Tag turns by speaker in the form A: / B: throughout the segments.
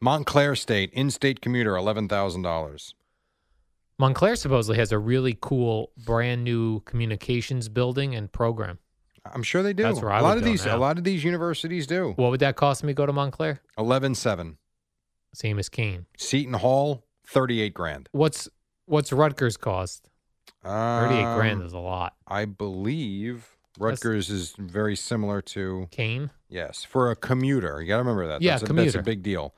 A: Montclair State in-state commuter, eleven thousand dollars.
B: Montclair supposedly has a really cool brand new communications building and program.
A: I'm sure they do.
B: That's where I
A: a lot
B: would
A: of
B: go
A: these, a
B: now.
A: lot of these universities do.
B: What would that cost me to go to Montclair?
A: Eleven seven.
B: Same as Keene.
A: Seton Hall, thirty-eight grand.
B: What's what's Rutgers cost? Thirty eight grand
A: Um,
B: is a lot.
A: I believe
B: That's-
A: Rutgers is very similar to
B: Kane?
A: yes for a commuter. You got to remember that.
B: Yeah,
A: that's a, That's a
B: commuter.
A: big deal.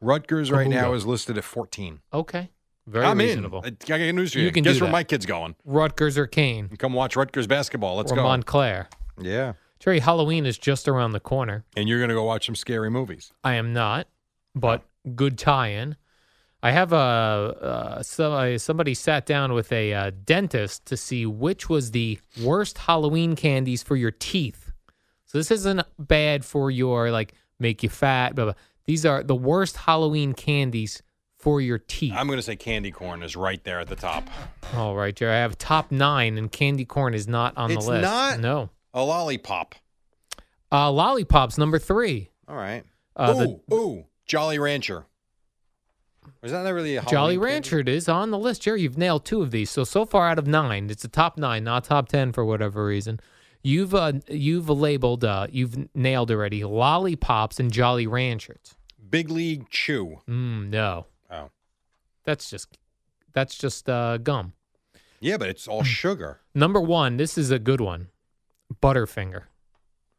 A: Rutgers right now
B: Commuter.
A: is listed at fourteen.
B: Okay. Very
A: I'm
B: reasonable.
A: in. I, I got news for you.
B: You can
A: Guess
B: do
A: where
B: that.
A: my kid's going.
B: Rutgers or Kane?
A: Come watch Rutgers basketball. Let's
B: or
A: go.
B: Montclair.
A: Yeah,
B: Jerry, Halloween is just around the corner.
A: and you're gonna go watch some scary movies.
B: I am not,
A: Mm-hmm.
B: but good tie-in. I have a uh, so, uh, somebody sat down with a uh, dentist to see which was the worst Halloween candies for your teeth. So this isn't bad for your like make you fat, blah, blah. These are the worst Halloween candies for your teeth.
A: I'm gonna say candy corn is right there at the top.
B: All right, Jerry. I have top nine, and candy corn is not on
A: It's
B: the list.
A: not?
B: No.
A: A lollipop.
B: Uh, lollipops number three.
A: All right.
B: Uh,
A: ooh,
B: the-
A: ooh, Jolly Rancher. Was that not really a
B: Jolly
A: Halloween candy?
B: Rancher it is on the list. Jerry, you've nailed two of these. So so far out of nine, it's a top nine, not top ten for whatever reason. You've uh, you've labeled uh, you've nailed already lollipops and Jolly Ranchers.
A: Big League Chew.
B: Mm, no,
A: Oh.
B: that's just that's just uh, gum.
A: Yeah, but it's all
B: Hmm.
A: sugar.
B: Number one, this is a good one, Butterfinger.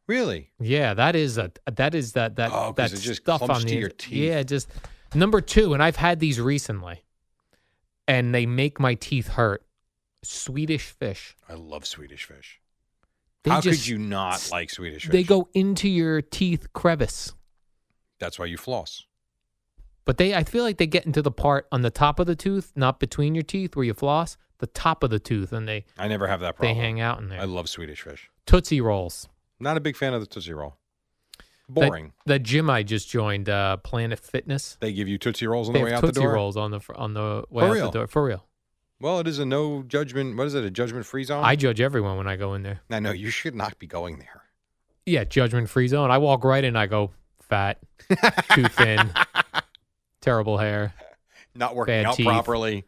A: Really?
B: Yeah, that is a that is that that
A: Oh, 'cause
B: that
A: it just
B: stuff
A: clumps
B: on
A: to
B: the
A: your
B: ins-
A: teeth.
B: Yeah, just number two, and I've had these recently, and they make my teeth hurt. Swedish fish.
A: I love Swedish fish.
B: They
A: How
B: just-
A: could you not
B: s-
A: like Swedish fish?
B: They go into your teeth crevice,
A: That's why you floss.
B: but they I feel like they get into the part on the top of the tooth, not between your teeth where you floss, the top of the tooth, and they
A: I never have that problem.
B: they hang out in there.
A: I love Swedish fish.
B: Tootsie rolls.
A: Not a big fan of the Tootsie Roll.
B: That-
A: Boring.
B: That, gym I just joined, uh, Planet Fitness.
A: they give you Tootsie Rolls on
B: They
A: the way
B: have
A: out the
B: Tootsie
A: door.
B: rolls on the fr- on the way
A: For
B: out
A: real?
B: the door for real.
A: Well, it is a no judgment. What is it? A judgment free zone?
B: I judge everyone when I go in there.
A: I know you should not be going there.
B: Yeah, judgment free zone. I walk right in. I go fat, too thin, terrible hair,
A: Not working
B: Bad
A: out
B: teeth.
A: properly.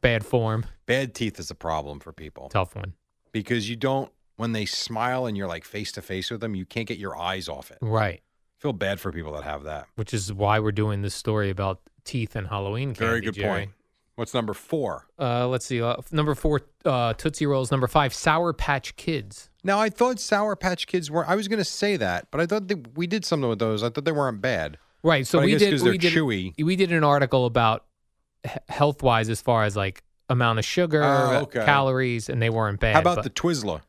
B: bad form.
A: Bad teeth is a problem for people
B: Tough one.
A: because you don't. When they smile and you're like face to face with them, you can't get your eyes off it.
B: Right.
A: Feel bad for people that have that.
B: Which is why we're doing this story about teeth and Halloween candy.
A: Very good
B: Jerry.
A: point. What's number four?
B: Uh, let's see. Uh, number four, uh, Tootsie Rolls. Number five, Sour Patch Kids.
A: Now I thought Sour Patch Kids were. I was going to say that, but I thought that we did something with those. I thought they weren't bad.
B: Right. So
A: But I
B: we
A: guess
B: did.
A: 'cause they're
B: we did,
A: chewy.
B: We did an article about health wise as far as like amount of sugar,
A: Oh, okay.
B: calories, and they weren't bad.
A: How about
B: but-
A: the Twizzler?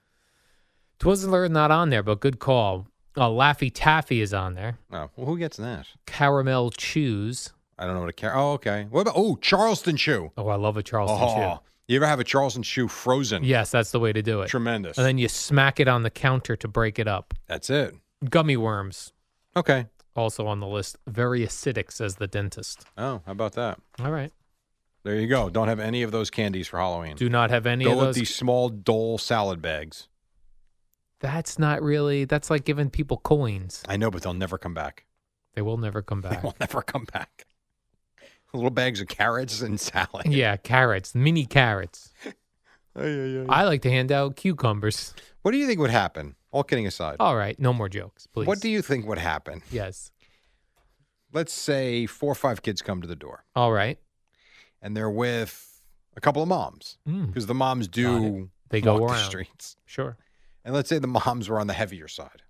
B: Twizzler not on there, but good call. Uh, Laffy Taffy is on there.
A: Oh, well, who gets that?
B: Caramel Chews.
A: I don't know what a car. Oh, okay. What about oh Charleston Chew?
B: Oh, I love a Charleston
A: Oh, you ever have a Charleston Chew frozen?
B: Chew. Yes, that's the way to do it.
A: tremendous.
B: And then you smack it on the counter to break it up.
A: That's it.
B: Gummy worms
A: Okay.
B: also on the list. Very acidic, says the dentist.
A: Oh, how about that?
B: All right.
A: There you go. Don't have any of those candies for Halloween.
B: Do not have any
A: go
B: of
A: with
B: those.
A: these small dole salad bags.
B: That's not really. That's like giving people coins.
A: I know, but they'll never come back.
B: They will never come
A: They
B: back.
A: will never come back. Little bags of carrots and salad.
B: yeah, carrots, mini carrots.
A: Ay, ay, ay.
B: I like to hand out cucumbers.
A: What do you think would happen? All kidding aside,
B: All right, no more jokes, Oh, please.
A: what do you think would happen?
B: Yes.
A: Let's say four or five kids come to the door.
B: All right.
A: and they're with a couple of moms
B: Mm,
A: because the moms
B: Got
A: do
B: They go
A: walk the
B: around.
A: streets.
B: sure.
A: And let's say the moms were on the heavier side,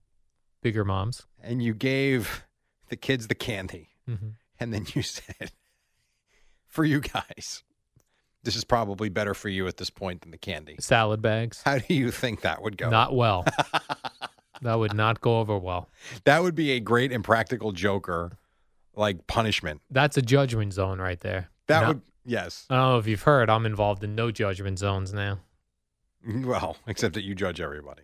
B: Bigger moms.
A: and you gave the kids the candy,
B: Mhm.
A: and then you said, "For you guys, this is probably better for you at this point than the candy."
B: Salad bags.
A: How do you think that would go?
B: Not well. that would not go over well.
A: that would be a great impractical joker, like punishment.
B: That's a judgment zone right there.
A: That
B: No-
A: would yes.
B: I don't know if you've heard. I'm involved in no judgment zones now.
A: Well, except that you judge everybody.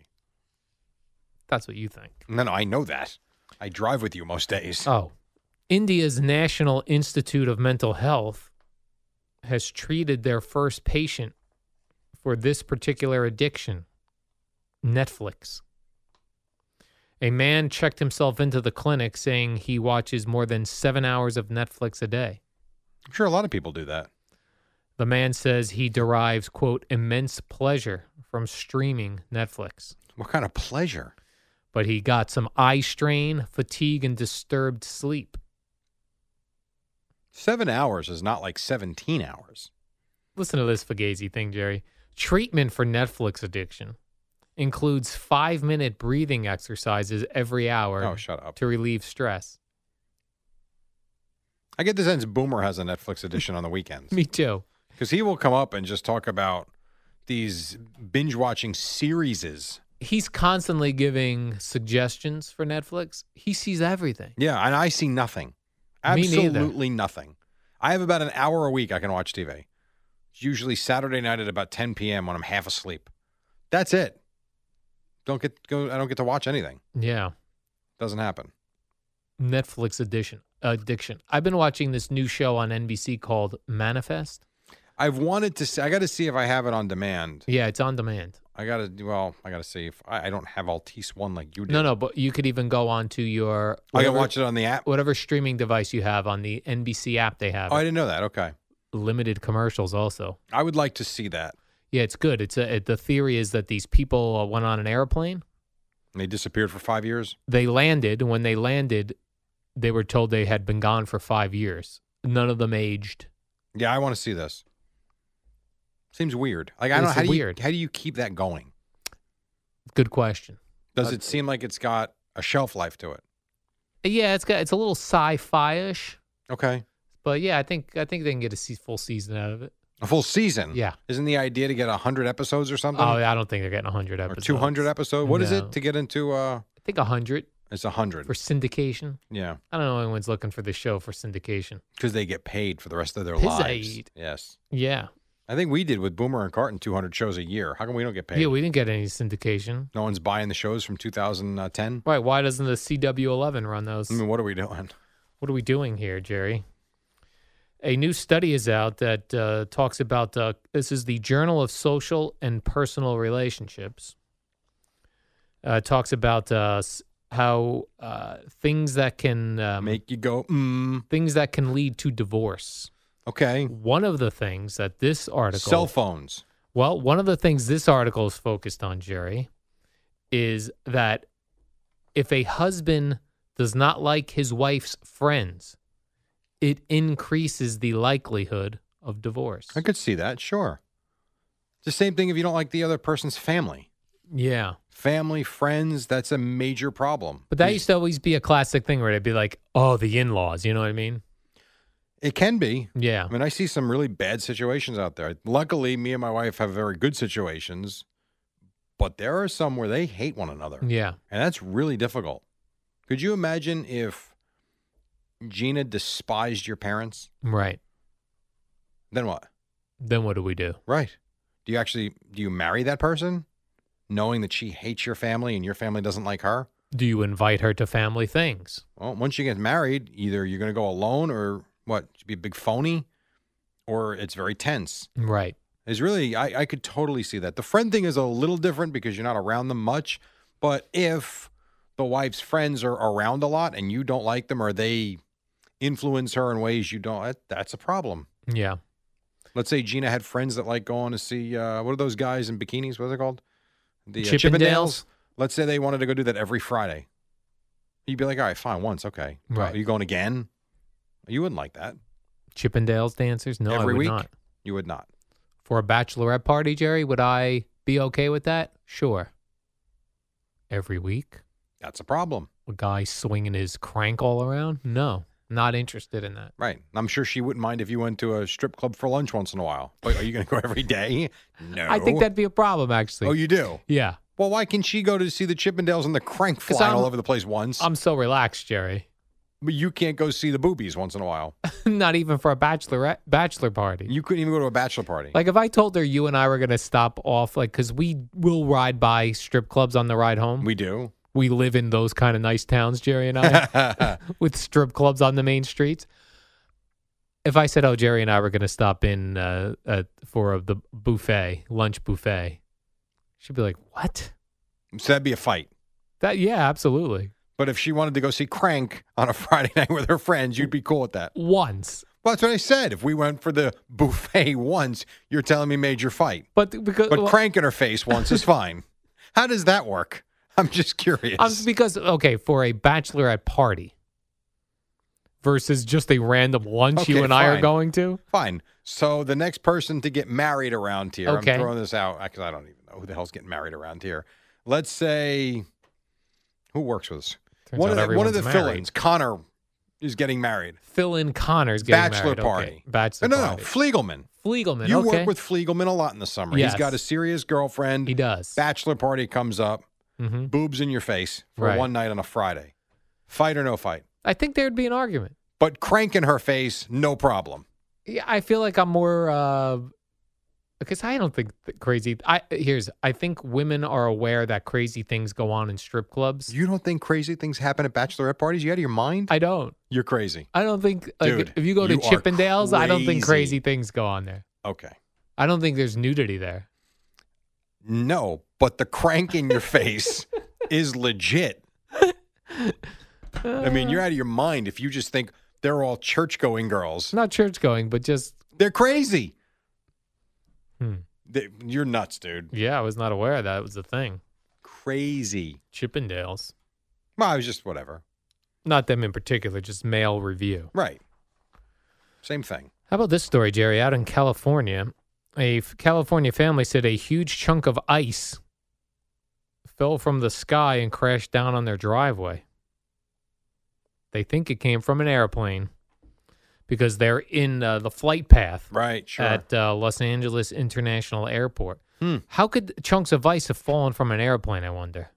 B: That's what you think.
A: No, no, I know that. I drive with you most days.
B: Oh, India's National Institute of Mental Health has treated their first patient for this particular addiction Netflix. A man checked himself into the clinic saying he watches more than seven hours of Netflix a day.
A: I'm sure a lot of people do that.
B: The man says he derives, quote, immense pleasure from streaming Netflix,
A: What kind of pleasure?
B: but he got some eye strain, fatigue, and disturbed sleep.
A: Seven hours is not like 17 hours.
B: Listen to this Fugazi thing, Jerry. Treatment for Netflix addiction includes five minute breathing exercises every hour
A: Oh, shut up.
B: to relieve stress.
A: I get the sense Boomer has a Netflix edition on the weekends
B: Me too.
A: because he will come up and just talk about these binge watching series.
B: He's constantly giving suggestions for Netflix. He sees everything.
A: Yeah, and I see nothing.
B: Me neither.
A: Absolutely nothing. I have about an hour a week I can watch TV. It's usually Saturday night at about 10 p.m. when I'm half asleep. That's it. Don't get go. I don't get to watch anything.
B: Yeah.
A: Doesn't happen.
B: Netflix addiction addiction. I've been watching this new show on NBC called Manifest.
A: I've wanted to. See, I got to see if I have it on demand.
B: Yeah, it's on demand.
A: I got to. Well, I got to see if I, I don't have Altice One like you do.
B: No, no, but you could even go on to your
A: I got to
B: whatever,
A: watch it on the app.
B: whatever streaming device you have on the NBC app they have.
A: Oh, I didn't know that. Okay,
B: limited commercials also.
A: I would like to see that.
B: Yeah, it's good. It's a, it, the theory is that these people uh, went on an airplane.
A: And they disappeared for five years.
B: They landed. When they landed, they were told they had been gone for five years. None of them aged.
A: Yeah, I want to see this. Seems weird. Like I
B: It's
A: don't. know, How do
B: weird.
A: you how do you keep that going?
B: Good question.
A: Does it seem like it's got a shelf life to it?
B: Yeah, it's got it's a little sci-fi ish,
A: Okay,
B: but yeah, I think I think they can get a se- full season out of it.
A: a full season.
B: Yeah.
A: Isn't the idea to get hundred episodes or something?
B: Oh, I don't think they're getting hundred
A: or
B: episodes.
A: two hundred episodes? What is
B: No.
A: it to get into? uh
B: I think hundred
A: It's hundred.
B: for syndication.
A: Yeah.
B: I don't know anyone's looking for this show for syndication.
A: because they get paid for the rest of their
B: Pizzade.
A: lives. Yes,
B: Yeah,
A: I think we did with Boomer and Carton 200 shows a year. How come we don't get paid?
B: yeah, we didn't get any syndication.
A: no one's buying the shows from 2010.
B: Right? Why doesn't the CW11 run those?
A: I mean, what are we doing?
B: What are we doing here, Jerry? A new study is out that uh, talks about uh, this is the Journal of Social and Personal Relationships. Uh, talks about uh, s- how uh, things that can um,
A: Make you go, mm,
B: things that can lead to divorce.
A: okay.
B: One of the things that this article
A: Cell phones.
B: well, one of the things this article is focused on, Jerry, is that if a husband does not like his wife's friends, it increases the likelihood of divorce.
A: I could see that, sure. It's the same thing if you don't like the other person's family.
B: Yeah.
A: Family, friends, that's a major problem.
B: But that
A: You-
B: used to always be a classic thing where it'd be like, oh, the in laws. You know what I mean?
A: it can be.
B: Yeah.
A: I mean, I see some really bad situations out there. Luckily, me and my wife have very good situations, but there are some where they hate one another.
B: Yeah.
A: And that's really difficult. Could you imagine if Gina despised your parents?
B: Right.
A: Then what?
B: Then what do we do?
A: Right. Do you actually do you marry that person knowing that she hates your family and your family doesn't like her?
B: Do you invite her to family things?
A: Well, once you get married, either you're going to go alone or what? Be a big phony or it's very tense.
B: Right.
A: It's really I, I could totally see that. The friend thing is a little different because you're not around them much, but if the wife's friends are around a lot and you don't like them or they influence her in ways you don't that, that's a problem.
B: Yeah.
A: Let's say Gina had friends that like going to see uh, what are those guys in bikinis? What are they called? The uh,
B: Chippendales?
A: Let's say they wanted to go do that every Friday. You'd be like, all right, fine, once, okay.
B: Right.
A: Are you going again? You wouldn't like that.
B: Chippendales dancers? No, I
A: Every
B: would
A: week?
B: not.
A: You would not.
B: For a bachelorette party, Jerry, would I be okay with that? Sure. Every week,
A: That's a problem.
B: a guy swinging his crank all around? No, not interested in that.
A: Right. I'm sure she wouldn't mind if you went to a strip club for lunch once in a while. But are you going to go every day? No.
B: I think that'd be a problem, actually.
A: Oh, you do?
B: yeah,
A: Well, why can she go to see the Chippendales and the crank
B: 'Cause
A: flying
B: I'm-
A: all over the place once?
B: I'm so relaxed, Jerry.
A: but you can't go see the boobies once in a while.
B: not even for a bachelorette bachelor party.
A: You couldn't even go to a bachelor party.
B: Like if I told her you and I were gonna stop off, like because we will ride by strip clubs on the ride home. We,
A: we do.
B: live in those kind of nice towns, Jerry and I, with strip clubs on the main streets. If I said, "Oh, Jerry and I were gonna stop in uh, uh, for a, the buffet lunch buffet," she'd be like, "What?
A: so that'd be a fight.
B: That? Yeah, absolutely.
A: But if she wanted to go see Crank on a Friday night with her friends, you'd be cool with that.
B: Once."
A: Well, that's what I said. If we went for the buffet once, you're telling me major fight.
B: But th- because
A: But
B: Uh, well,
A: Crank in her face once is fine. How does that work? I'm just curious.
B: Um, because okay, for a bachelorette party versus just a random lunch you
A: Okay,
B: and I are
A: fine.
B: going to.
A: Fine. So the next person to get married around here,
B: Okay.
A: I'm throwing this out because I don't even know who the hell's getting married around here. Let's say who works with us.
B: Turns
A: one
B: out
A: of the, one of the
B: everyone's married.
A: fill-ins, Connor, is getting married.
B: Phil and Connor's getting
A: Bachelor
B: married. Okay,
A: party.
B: Bachelor
A: no, no,
B: party.
A: no, Fliegelman.
B: Fliegelman.
A: You
B: okay.
A: work with Fliegelman a lot in the summer.
B: Yes.
A: He's got a serious girlfriend.
B: He does.
A: Bachelor party comes up,
B: hmm
A: boobs in your face for
B: Right.
A: one night on a Friday. Fight or no fight.
B: I think there'd be an argument.
A: But crank in her face, no problem.
B: Yeah, I feel like I'm more uh because I don't think that crazy. I here's I think women are aware that crazy things go on in strip clubs.
A: You don't think crazy things happen at bachelorette parties? You out of your mind?
B: I don't.
A: You're crazy.
B: I don't think like
A: Dude,
B: if you go to
A: you are
B: Chippendales, I don't think crazy
A: crazy.
B: things go on there.
A: Okay.
B: I don't think there's nudity there.
A: No, but the crank in your face is legit. I mean, you're out of your mind if you just think they're all church going girls.
B: Not church going, but just
A: They're crazy.
B: Hmm.
A: They, you're nuts, dude.
B: yeah, I was not aware that was a thing.
A: Crazy.
B: Chippendales.
A: Well, I was just whatever.
B: Not them in particular, just male review.
A: Right. Same thing.
B: How about this story, Jerry? Out in California, a f- California family said a huge chunk of ice fell from the sky and crashed down on their driveway. They think it came from an airplane because they're in uh, the flight path
A: Right. Sure.
B: at uh, Los Angeles International Airport.
A: Hmm.
B: How could chunks of ice have fallen from an airplane, I wonder?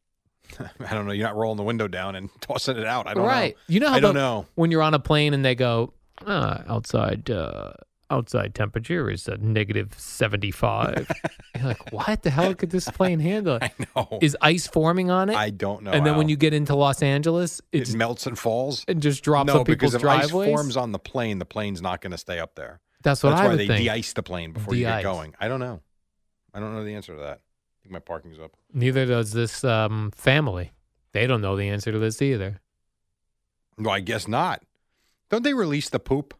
A: I don't know. You're not rolling the window down and tossing it out. I don't
B: right.
A: know.
B: You know how
A: I don't
B: the-
A: know.
B: when you're on a plane and they go uh, outside uh, outside temperature is a negative 75. you're like, what the hell could this plane handle?
A: I know.
B: Is ice forming on it?
A: I don't know.
B: and then
A: Al.
B: when you get into Los Angeles,
A: it
B: it's,
A: melts and falls.
B: it just drops
A: no,
B: on people's
A: because if
B: driveways.
A: ice forms on the plane, the plane's not going to stay up there.
B: That's what
A: That's
B: I
A: why
B: would
A: they
B: think.
A: de-ice the plane before you
B: De-ice.
A: get going. I don't know. I don't know the answer to that. I think my parking's up.
B: Neither does this um, family. They don't know the answer to this either.
A: No, I guess not. Don't they release the poop?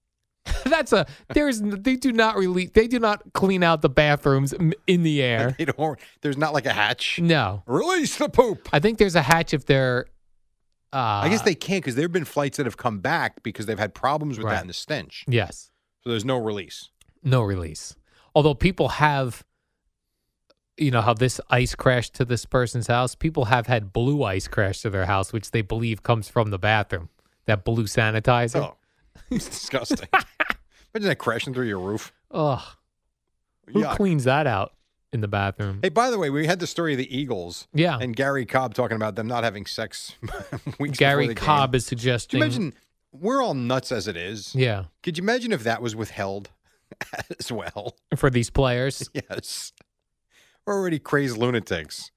B: That's a there's n- they do not release they do not clean out the bathrooms m- in the air.
A: They don't. There's not like a hatch.
B: No,
A: Release the poop.
B: I think there's a hatch if they're. Uh,
A: I guess they can't because there have been flights that have come back because they've had problems with
B: Right.
A: that and the stench.
B: Yes,
A: So there's no release.
B: no release. Although people have, you know, how this ice crashed to this person's house. People have had blue ice crash to their house, which they believe comes from the bathroom. That blue sanitizer.
A: Oh, it's disgusting. Imagine that crashing through your roof.
B: Ugh. Who
A: Oh. Yuck.
B: cleans that out in the bathroom?
A: Hey, by the way, we had the story of the Eagles
B: yeah.
A: and Gary Cobb talking about them not having sex weeks
B: Gary
A: before the
B: Cobb
A: Game.
B: is suggesting.
A: Could you imagine? We're all nuts as it is.
B: Yeah.
A: Could you imagine if that was withheld as well?
B: For these players.
A: Yes. We're already crazed lunatics.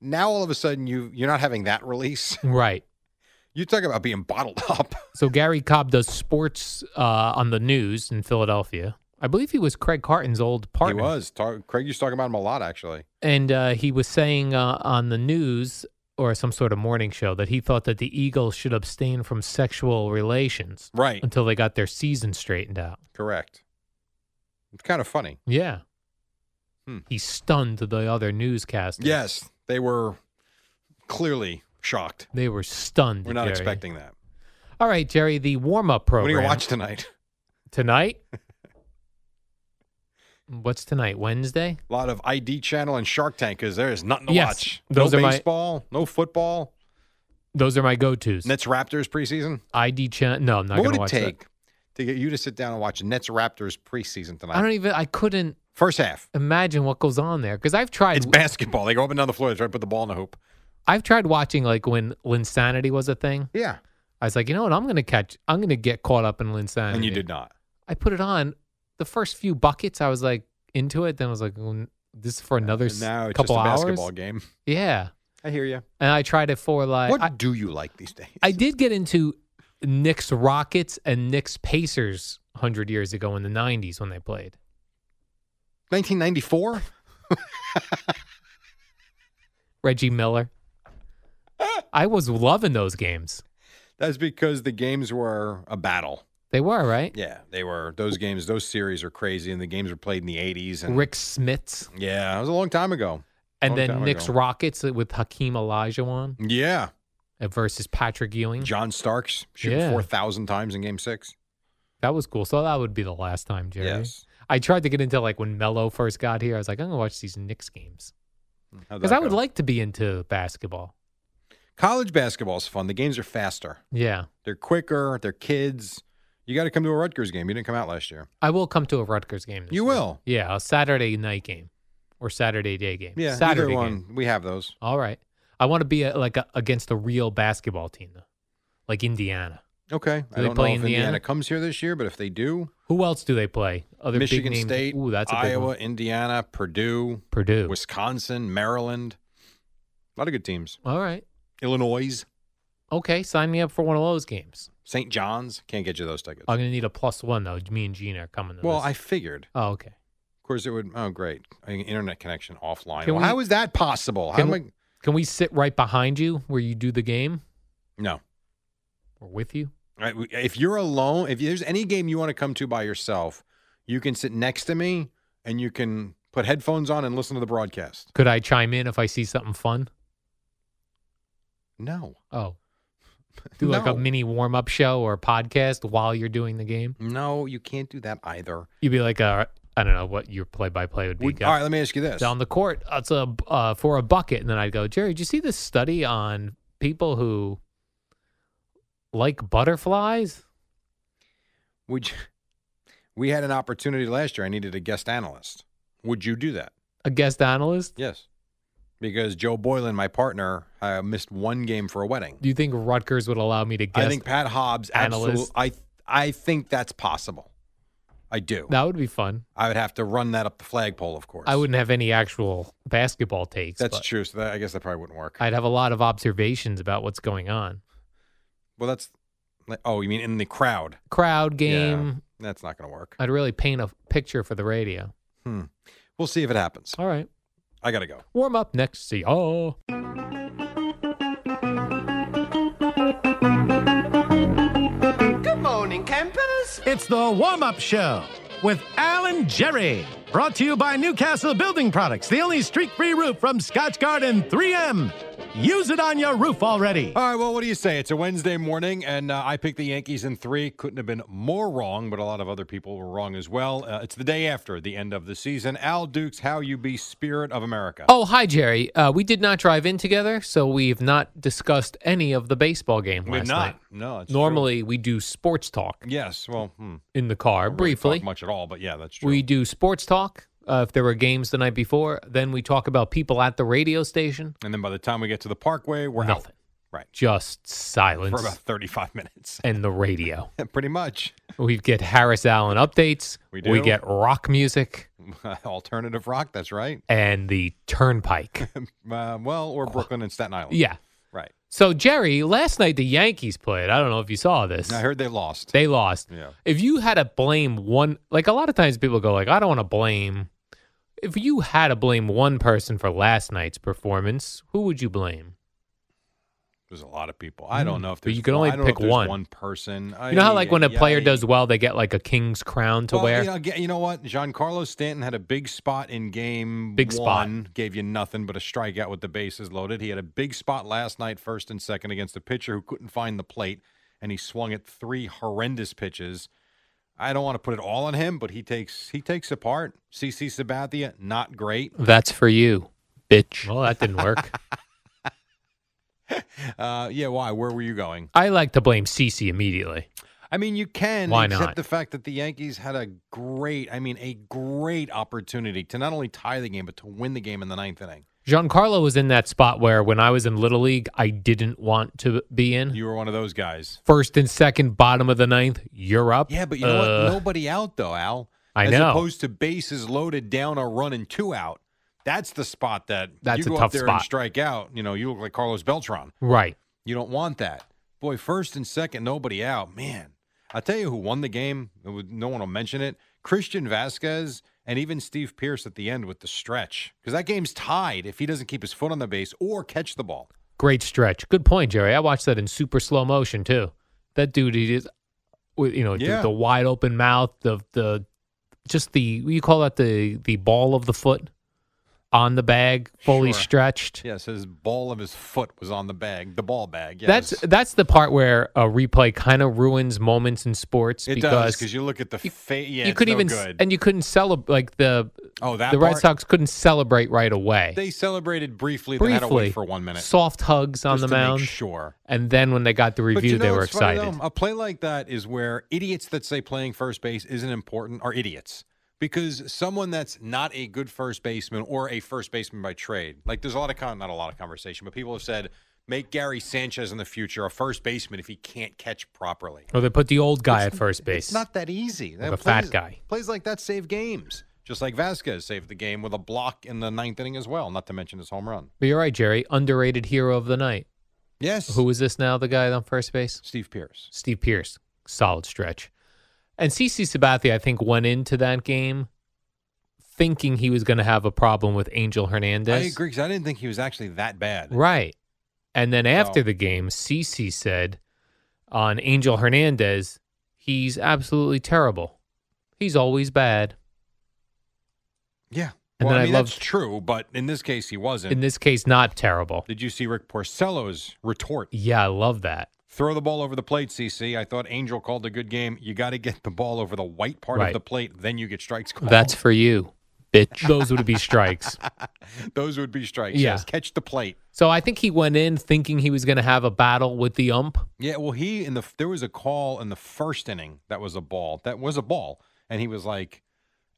A: Now all of a sudden you you're not having that release.
B: right.
A: You talk about being bottled up.
B: So Gary Cobb does sports uh, on the news in Philadelphia. I believe he was Craig Carton's old partner.
A: He was. Tar- Craig used to talk about him a lot actually.
B: And uh, he was saying uh, on the news or some sort of morning show that he thought that the Eagles should abstain from sexual relations
A: Right.
B: until they got their season straightened out.
A: Correct. It's kind of funny.
B: Yeah.
A: Hmm.
B: He stunned the other newscasters.
A: Yes, they were clearly shocked.
B: They were stunned.
A: We're not
B: Jerry.
A: expecting that.
B: All right, Jerry, the warm up
A: What are
B: program.
A: you gonna watch tonight?
B: Tonight? What's tonight? Wednesday?
A: A lot of ID Channel and Shark Tank because there is nothing to
B: Yes,
A: watch.
B: those
A: no
B: are my-
A: baseball, no football.
B: Those are my go tos.
A: Nets Raptors preseason.
B: ID channel. No, I'm not
A: what
B: going
A: would
B: to
A: it
B: watch
A: take to get you to sit down and watch Nets Raptors preseason
B: that. I
A: tonight?
B: don't e even. I couldn't
A: First half,
B: imagine what goes on there because I've tried.
A: it's basketball. They go up and down the floor. They try to put the ball in the hoop.
B: I've tried watching like when Linsanity was a thing.
A: Yeah,
B: I was like, you know what? I'm going to catch. I'm going to get caught up in Linsanity.
A: and you did not.
B: I put it on. The first few buckets, I was like into it. Then I was like, "Mm, this is for another s-
A: And now it's
B: couple
A: just a
B: hours.
A: basketball game.
B: Yeah,
A: I hear you.
B: and I tried it for like.
A: what
B: I,
A: do you like these days?
B: I did get into Knicks Rockets and Knicks Pacers hundred years ago in the '90s when they played.
A: 1994.
B: Reggie Miller. I was loving those games.
A: That's because the games were a battle.
B: They were right.
A: Yeah, they were. Those games, those series are crazy, and the games were played in the 80s. And
B: Rick Smiths,
A: Yeah, it was a long time ago.
B: and
A: Long
B: then
A: time
B: Knicks
A: ago.
B: Rockets with Hakeem Olajuwon
A: Yeah,
B: versus Patrick Ewing.
A: John Starks shooting
B: Mm-hmm. Yeah.
A: 4,000 times in game six.
B: That was cool. So that would be the last time, Jerry.
A: Yes.
B: I tried to get into like when Mello first got here. I was like, I'm gonna watch these Knicks games
A: How'd
B: because
A: that
B: I would
A: go?
B: like to be into basketball.
A: college basketball's fun. The games are faster.
B: Yeah,
A: They're quicker. They're kids. You got to come to a Rutgers game. You didn't come out last year.
B: I will come to a Rutgers game. This
A: You
B: year.
A: will.
B: Yeah, a Saturday night game or Saturday day game.
A: Yeah, either
B: Saturday
A: one.
B: game.
A: We have those.
B: All right. I want to be a, like a, against a real basketball team though, like Indiana.
A: Okay. I
B: they
A: don't know
B: play
A: if Indiana?
B: Indiana?
A: comes here this year, but if they do,
B: Who else do they play? Other
A: Michigan
B: big names.
A: State,
B: Ooh, that's a big
A: Iowa,
B: one.
A: Indiana, Purdue,
B: Purdue.
A: Wisconsin, Maryland. A lot of good teams.
B: All right.
A: Illinois,
B: Okay, sign me up for one of those games.
A: St. John's. Can't get you those tickets.
B: I'm gonna need a plus one though. Me and Gina are coming. To
A: well, I
B: this.
A: figured.
B: I. Oh, okay.
A: Of course, it would. Oh, great. I mean, Internet connection offline.
B: Can
A: Well,
B: we-
A: how is that possible? How
B: Can
A: am
B: we-
A: I?
B: Can we sit right behind you where you do the game
A: No.
B: or with you?
A: Right, we- If you're alone, if there's any game you want to come to by yourself, you can sit next to me and you can put headphones on and listen to the broadcast.
B: Could I chime in if I see something fun?
A: No.
B: Oh, do like a
A: No.
B: mini warm up show or a podcast while you're doing the game.
A: No, you can't do that either.
B: You'd be like a I don't know what your play by play would be.
A: Would-
B: Go
A: all right, let me ask you this.
B: Down the court, it's a uh, for a bucket, and then I'd go, Jerry. Did you see this study on people who like butterflies?
A: Would you, we had an opportunity last year. I needed a guest analyst. Would you do that?
B: A guest analyst.
A: Yes. Because Joe Boylan, my partner, uh, missed one game for a wedding.
B: Do you think Rutgers would allow me to guess?
A: I think Pat Hobbs absolutely.
B: analyst.
A: I I think that's possible. I do.
B: that would be fun.
A: I would have to run that up the flagpole, of course.
B: I wouldn't have any actual basketball takes.
A: That's
B: but
A: true. So that, I guess that probably wouldn't work.
B: I'd have a lot of observations about what's going on.
A: well, that's. like- Oh, you mean in the crowd?
B: Crowd game.
A: Yeah, that's not going to work.
B: I'd really paint a picture for the radio.
A: We'll see if it happens.
B: All right.
A: I got to go.
B: Warm up next. See oh.
C: Good morning, campers.
D: It's the warm up show with Alan Jerry. Brought to you by Newcastle Building Products, the only streak free roof from Scotch Garden 3M. Use it on your roof already.
A: All right. Well, what do you say? It's a Wednesday morning, and uh, I picked the Yankees in three. Couldn't have been more wrong, but a lot of other people were wrong as well. Uh, it's the day after the end of the season. Al Dukes, how you be spirit of America?
B: Oh, hi, Jerry. Uh, we did not drive in together, so we've not discussed any of the baseball game
A: we've
B: last
A: not.
B: night.
A: No, it's true.
B: Normally, we do sports talk
A: Yes. Well, hmm,
B: in the car
A: don't really talk
B: briefly.
A: much at all, but yeah, that's true.
B: we do sports talk. Uh, if there were games the night before, then we talk about people at the radio station.
A: and then by the time we get to the Parkway, we're
B: Nothing.
A: Right.
B: Just
A: out
B: silence
A: for about thirty-five minutes,
B: and the radio.
A: pretty much.
B: we get Harris Allen updates.
A: We do.
B: We get rock music
A: Alternative rock, that's right.
B: and the turnpike.
A: Uh, well, or Brooklyn and Staten Island.
B: Oh. yeah.
A: Right.
B: So, Jerry, last night the Yankees played. I don't know if you saw this.
A: I heard they lost.
B: They lost.
A: Yeah.
B: If you had to blame one, like a lot of times people go like, I don't want to blame. If you had to blame one person for last night's performance, who would you blame?
A: There's a lot of people. I don't know if
B: Mm, But
A: there's
B: you can only
A: I don't know
B: pick
A: if there's
B: one.
A: one person.
B: You know how like when a player
A: Ay-yi-yi.
B: does well, they get like a king's crown to
A: Well,
B: wear.
A: You know, get- you know what? Giancarlo Stanton had a big spot in game
B: Big spot.
A: one. Gave you nothing but a strikeout with the bases loaded. He had a big spot last night, first and second, against a pitcher who couldn't find the plate, and he swung at three horrendous pitches. I don't want to put it all on him, but he takes he takes apart. CC Sabathia, not great.
B: That's for you, bitch. Well, that didn't work.
A: Uh, yeah, why? Where were you going?
B: I like to blame CC immediately.
A: I mean, you can
B: Why
A: except
B: not?
A: the fact that the Yankees had a great, I mean, a great opportunity to not only tie the game but to win the game in the ninth inning.
B: Giancarlo was in that spot where when I was in Little League, I didn't want to be in.
A: You were one of those guys.
B: First and second, bottom of the ninth, you're up.
A: Yeah, but you know
B: Uh,
A: what? Nobody out though, Al.
B: I
A: As
B: know.
A: opposed to bases loaded, down a run and two out. That's the spot that
B: That's
A: you
B: a
A: go
B: tough
A: up there and
B: spot.
A: strike out. You know, you look like Carlos Beltran.
B: Right.
A: You don't want that. Boy, first and second, nobody out. Man, I'll tell you who won the game. It would- no one will mention it. Christian Vasquez and even Steve Pierce at the end with the stretch. Because that game's tied if he doesn't keep his foot on the base or catch the ball.
B: Great stretch. Good point, Jerry. I watched that in super slow motion too. That dude, he is, with, you know, the-
A: Yeah.
B: the, wide open mouth, the the just the what do you call that the the ball of the foot on the bag, fully
A: Sure.
B: stretched.
A: Yes, his ball of his foot was on the bag, the ball bag. Yes.
B: That's that's the part where a replay kind of ruins moments in sports
A: it does
B: because
A: because you look at the
B: you-
A: face. Yeah,
B: you
A: it's
B: couldn't
A: no
B: even s-
A: good.
B: and you couldn't celebrate like the
A: oh, that
B: the Red
A: part,
B: Sox couldn't celebrate right away.
A: They celebrated briefly, then had to
B: Briefly,
A: wait for one minute.
B: soft hugs on
A: just
B: the
A: to make
B: mound,
A: sure.
B: and then when they got the
A: But
B: review,
A: you know
B: they were
A: what's funny,
B: excited.
A: though? A play like that is where idiots that say playing first base isn't important are idiots. Because someone that's not a good first baseman or a first baseman by trade, like there's a lot of con- not a lot of conversation, but people have said make Gary Sanchez in the future a first baseman if he can't catch properly.
B: Or they put the old guy at first base.
A: It's not that easy. That
B: a fat guy.
A: Plays like that save games, just like Vasquez saved the game with a block in the ninth inning as well. Not to mention his home run.
B: but you're right, Jerry. Underrated hero of the night.
A: Yes,
B: Who is this now? The guy on first base,
A: Steve Pierce?
B: Steve Pierce. Solid stretch. And CC Sabathia, I think, went into that game thinking he was going to have a problem with Angel Hernandez.
A: I agree because I didn't think he was actually that bad.
B: Right. And then after
A: So-
B: the game, CC said on Angel Hernandez, he's absolutely terrible. He's always bad.
A: Yeah.
B: And
A: well,
B: then
A: I
B: I
A: mean, that's
B: loved-
A: true, but in this case, he wasn't.
B: In this case, not terrible.
A: Did you see Rick Porcello's retort?
B: Yeah, I love that.
A: Throw the ball over the plate, CC. I thought Angel called a good game. You got to get the ball over the white part of
B: Right.
A: the plate, then you get strikes called.
B: That's for you, bitch. Those would be strikes.
A: Those would be strikes.
B: Yeah.
A: Yes, catch the plate.
B: So I think he went in thinking he was going to have a battle with the ump.
A: Yeah, well, he in the there was a call in the first inning that was a ball. That was a ball, and he was like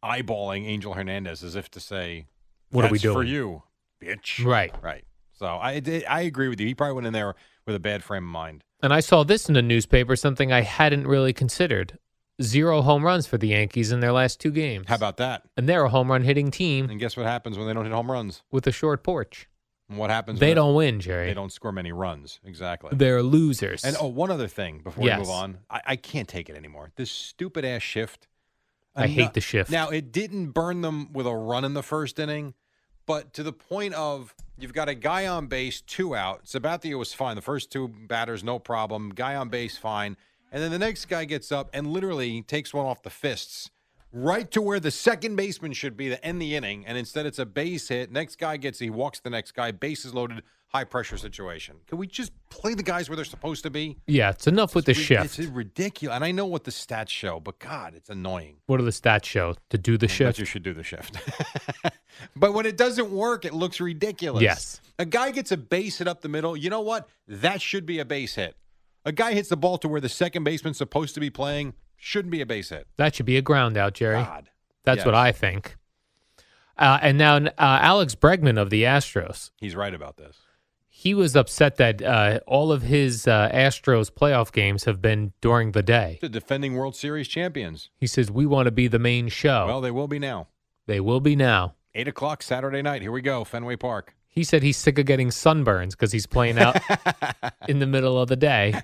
A: eyeballing Angel Hernandez as if to say,
B: What are we
A: "That's for
B: doing?"
A: you, bitch?"
B: Right.
A: Right. So I did- I agree with you. He probably went in there with a bad frame of mind.
B: And I saw this in the newspaper, something I hadn't really considered. Zero home runs for the Yankees in their last two games.
A: How about that?
B: And they're a home run hitting team
A: And guess what happens when they don't hit home runs?
B: with a short porch.
A: And what happens?
B: They
A: when
B: don't win, Jerry.
A: They don't score many runs. Exactly.
B: They're losers.
A: and oh, one other thing before we
B: Yes.
A: move on, I, I can't take it anymore. This stupid ass shift.
B: I hate
A: Ano-
B: the shift.
A: Now it didn't burn them with a run in the first inning, but to the point of you've got a guy on base, two out. Sabathia was fine. The first two batters, no problem. Guy on base, fine. And then the next guy gets up and literally takes one off the fists. Right to where the second baseman should be to end the inning, and instead it's a base hit. Next guy gets he walks the next guy. Base is loaded, high pressure situation. Can we just play the guys where they're supposed to be?
B: yeah, it's enough with the
A: It's rid-
B: shift.
A: It's ridiculous, and I know what the stats show, but God, it's annoying.
B: What do the stats show? To do the
A: But
B: shift.
A: you should do the shift. but when it doesn't work, it looks ridiculous.
B: Yes.
A: A guy gets a base hit up the middle. You know what? That should be a base hit. A guy hits the ball to where the second baseman's supposed to be playing. Shouldn't be a base hit.
B: That should be a ground out, Jerry.
A: God.
B: That's what
A: Ah, yes.
B: I think. Uh, and now uh, Alex Bregman of the Astros.
A: He's right about this.
B: he was upset that uh, all of his uh, Astros playoff games have been during the day.
A: The defending World Series champions.
B: He says, We want to be the main show.
A: Well, they will be now.
B: they will be now.
A: Eight o'clock Saturday night. Here we go, Fenway Park.
B: He said he's sick of getting sunburns because he's playing out in the middle of the day.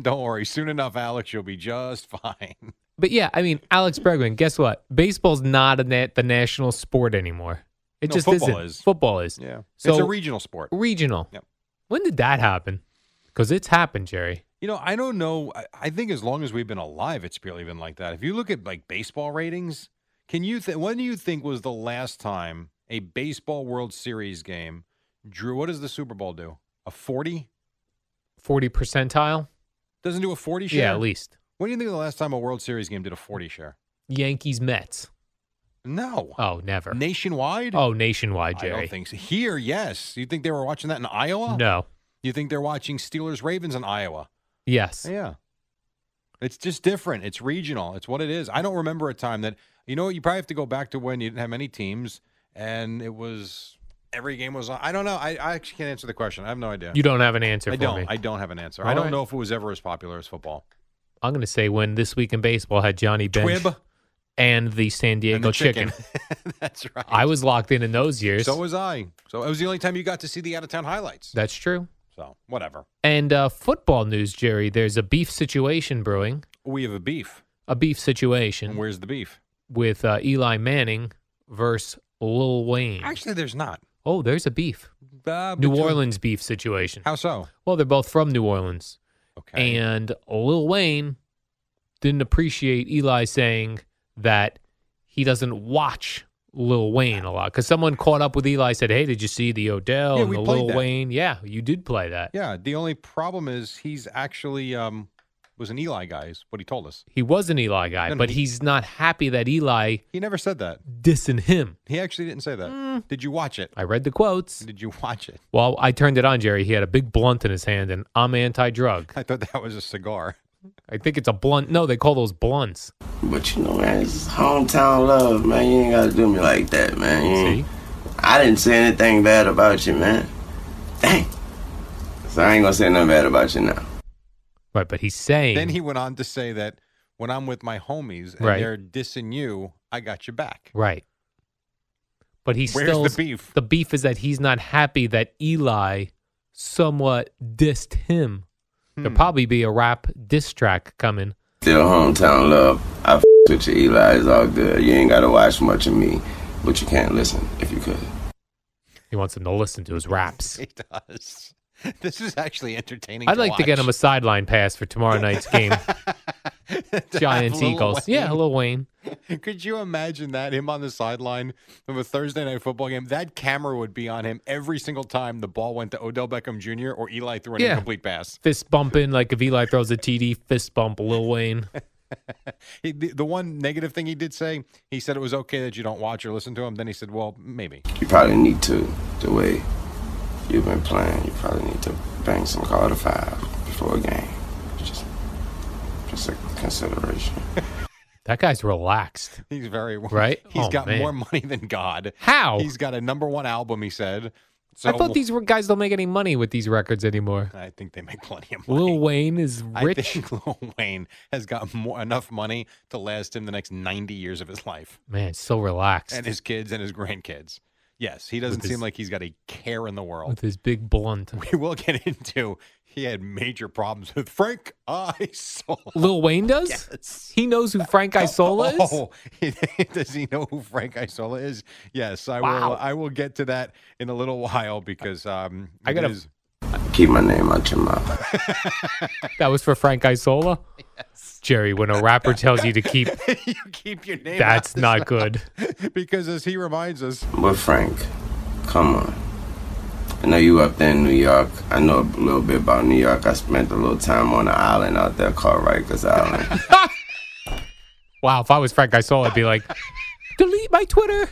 A: Don't worry. Soon enough, Alex, you'll be just fine.
B: But yeah, I mean, Alex Bregman, guess what? Baseball's not a na- the national sport anymore. It
A: No,
B: just
A: football
B: isn't.
A: is.
B: Football is.
A: Yeah. it's
B: So-
A: a regional sport.
B: Regional.
A: Yep.
B: When did that happen? Because it's happened, Jerry.
A: You know, I don't know. I- I think as long as we've been alive, it's barely been like that. If you look at like baseball ratings, can you th- when do you think was the last time a baseball World Series game drew? What does the Super Bowl do? A forty
B: 40 percentile?
A: doesn't do a forty share.
B: Yeah, at least.
A: When do you think the last time a World Series game did a 40 share?
B: Yankees Mets.
A: No.
B: Oh, never.
A: Nationwide?
B: oh, nationwide,
A: I
B: Jerry.
A: don't think so. Here, yes. You think they were watching that in Iowa?
B: No.
A: You think they're watching Steelers Ravens in Iowa?
B: Yes.
A: Yeah. It's just different. It's regional. It's what it is. I don't remember a time that you know you probably have to go back to when you didn't have many teams and it was every game was on. I don't know. I, I actually can't answer the question. I have no idea.
B: You don't have an answer
A: I
B: for
A: don't.
B: me.
A: I don't have an answer. I
B: All
A: don't
B: right.
A: know if it was ever as popular as football.
B: I'm going to say when this week in baseball had Johnny Bench
A: Twib
B: and the San Diego
A: and the
B: chicken.
A: That's right.
B: I was locked in in those years.
A: So was I. So it was the only time you got to see the out of town highlights.
B: That's true.
A: So whatever.
B: And uh, football news, Jerry. There's a beef situation brewing.
A: We have a beef.
B: A beef
A: And
B: situation
A: where's the beef?
B: with uh, Eli Manning versus Lil Wayne.
A: Actually, there's not.
B: oh, there's a beef.
A: Uh,
B: New
A: between-
B: Orleans beef situation.
A: How so?
B: Well, they're both from New Orleans.
A: Okay.
B: And Lil Wayne didn't appreciate Eli saying that he doesn't watch Lil Wayne a lot because someone caught up with Eli said, "Hey, did you see the Odell
A: Yeah,
B: and
A: we
B: the
A: played
B: Lil
A: that.
B: Wayne? Yeah, you did play that.
A: yeah. The only problem is he's actually um, was an Eli guy. Is what he told us.
B: He was an Eli guy,
A: No, no,
B: but
A: he-
B: he's not happy that Eli
A: He never said that.
B: dissing him.
A: He actually didn't say that.
B: Mm.
A: Did you watch it?
B: I read the quotes.
A: Did you watch it?
B: Well, I turned it on, Jerry. He had a big blunt in his hand, and I'm anti-drug.
A: I thought that was a cigar.
B: I think it's a blunt. No, they call those blunts.
E: But you know, man, it's hometown love, man. You ain't gotta do me like that, man. You
A: Mm.
B: See,
E: ain't- I didn't say anything bad about you, man. Dang. So I ain't gonna say nothing bad about you now.
B: right? But he's saying
A: Then he went on to say that when I'm with my homies and
B: Right.
A: they're dissing you, I got your back.
B: Right. But he's
A: Where's
B: still
A: the beef?
B: The beef is that he's not happy that Eli somewhat dissed him. There'll
A: Hmm.
B: probably be a rap diss track coming.
E: Still hometown love. I f- with you, Eli. It's all good. You ain't gotta watch much of me, but you can't listen if you could.
B: He wants him to listen to his raps.
A: He does. This is actually entertaining.
B: I'd like to get him a
A: watch.
B: sideline pass for tomorrow night's game.
A: To
B: Giants
A: have Lil
B: Eagles. Yeah,
A: Wayne.
B: hello Wayne.
A: Could you imagine that him on the sideline of a Thursday night football game? That camera would be on him every single time the ball went to Odell Beckham Jr. or Eli threw an
B: Yeah.
A: incomplete pass.
B: Fist bumping like if Eli throws a TD, fist bump Lil Wayne.
A: He, the, the one negative thing he did say, he said it was okay that you don't watch or listen to him. Then he said, "Well, maybe."
E: You probably need to, the way you've been playing, you probably need to bang some call to five before a game. Just, just a consideration.
B: That guy's relaxed.
A: He's very
B: Right?
A: He's
B: Oh,
A: got
B: man.
A: more money than God.
B: How?
A: He's got a number one album. He said. So
B: I thought these were- guys don't make any money with these records anymore.
A: I think they make plenty of money.
B: Lil Wayne is
A: I
B: rich.
A: think Lil Wayne has got more, enough money to last him the next 90 years of his life
B: Man, so relaxed.
A: and his kids and his grandkids. Yes, he doesn't
B: With his-
A: seem like he's got a care in the world.
B: with his big blunt.
A: We will get into he had major problems with Frank Isola.
B: Lil Wayne does?
A: Yes.
B: He knows who Frank Isola is?
A: Oh, does he know who Frank Isola is? Yes, I
B: Wow.
A: will. I will get to that in a little while because um,
B: I
A: it
B: gotta-
A: is-
E: Keep my name out your mouth.
B: That was for Frank Isola? Jerry, when a rapper tells you to keep,
A: you keep your name. out
B: that's not good.
A: because as he reminds us,
E: But Frank, come on. I know you up there in New York. I know a little bit about New York. I spent a little time on an island out there called Rikers Island.
B: Wow, if I was Frank Isola, I'd be like, delete my Twitter.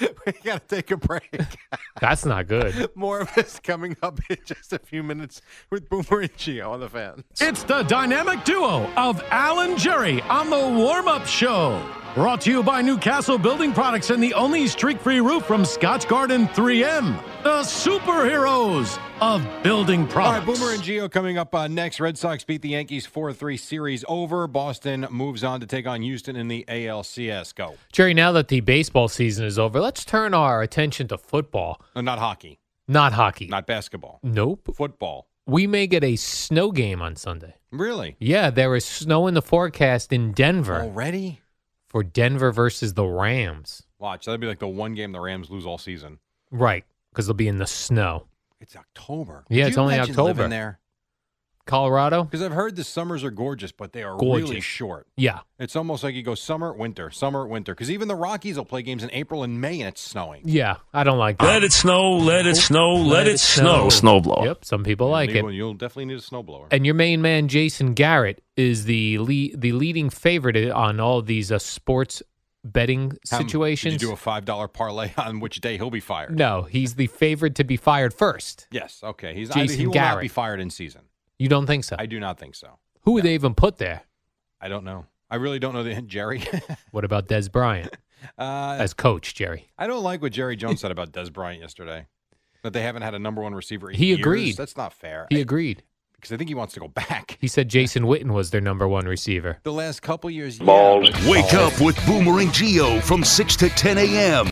A: we gotta take a break.
B: That's not good.
A: More of us coming up in just a few minutes with Boomer and Gio on the fan.
D: It's the dynamic duo of Alan Jerry on the warm up show. Brought to you by Newcastle Building Products and the only streak free roof from Scotch Garden 3M, the superheroes of building
A: All right,
D: products.
A: Boomer and Geo coming up uh, next. Red Sox beat the Yankees 4 3 series over. Boston moves on to take on Houston in the ALCS. Go.
B: Jerry, now that the baseball season is over, let's turn our attention to football,
A: No, not hockey,
B: not hockey.
A: not basketball,
B: nope.
A: football.
B: We may get a snow game on Sunday.
A: Really?
B: Yeah, there is snow in the forecast in Denver
F: Oh.
A: Already?
B: for Denver versus the Rams.
A: Watch, that'd be like the one game the Rams lose all season.
B: Right, because they'll be in the snow.
A: It's October.
B: Yeah,
A: Could
B: it's
A: you
B: only
A: imagine
B: October.
A: living there?
B: Colorado.
A: Because I've heard the summers are gorgeous, but they are really
B: Gorgeous.
A: short.
B: Yeah.
A: It's almost like you go summer, winter, summer, winter. Because even the Rockies will play games in April and May, and it's snowing.
B: Yeah. I don't like that.
F: Let it snow, let it snow, let, it snow. Snowblower.
B: Yep. Some people like
A: Need
B: it.
A: one- You'll definitely need a snowblower.
B: And your main man Jason Garrett is the le- the leading favorite on all these uh, sports betting
A: How- did
B: situations.
A: you do a five dollar parlay on which day he'll be fired.
B: no, he's the favorite to be fired first.
A: Yes. Okay. He's I,
B: Jason
A: he will not be
B: Garrett.
A: fired in season.
B: You don't think so?
A: I do not think so.
B: Who would they even put there?
A: I don't know. I really don't know the Jerry.
B: What about Des Bryant
A: uh,
B: as coach, Jerry?
A: I don't like what Jerry Jones said about Des Bryant yesterday. That they haven't had a number one receiver. in
B: He
A: years.
B: agreed.
A: That's not fair.
B: He agreed.
A: because I think he wants to go back.
B: He said Jason Witten was their number one receiver.
A: The last couple years, yeah, but-
F: Wake up with Boomerang Geo from 6 to 10 a.m.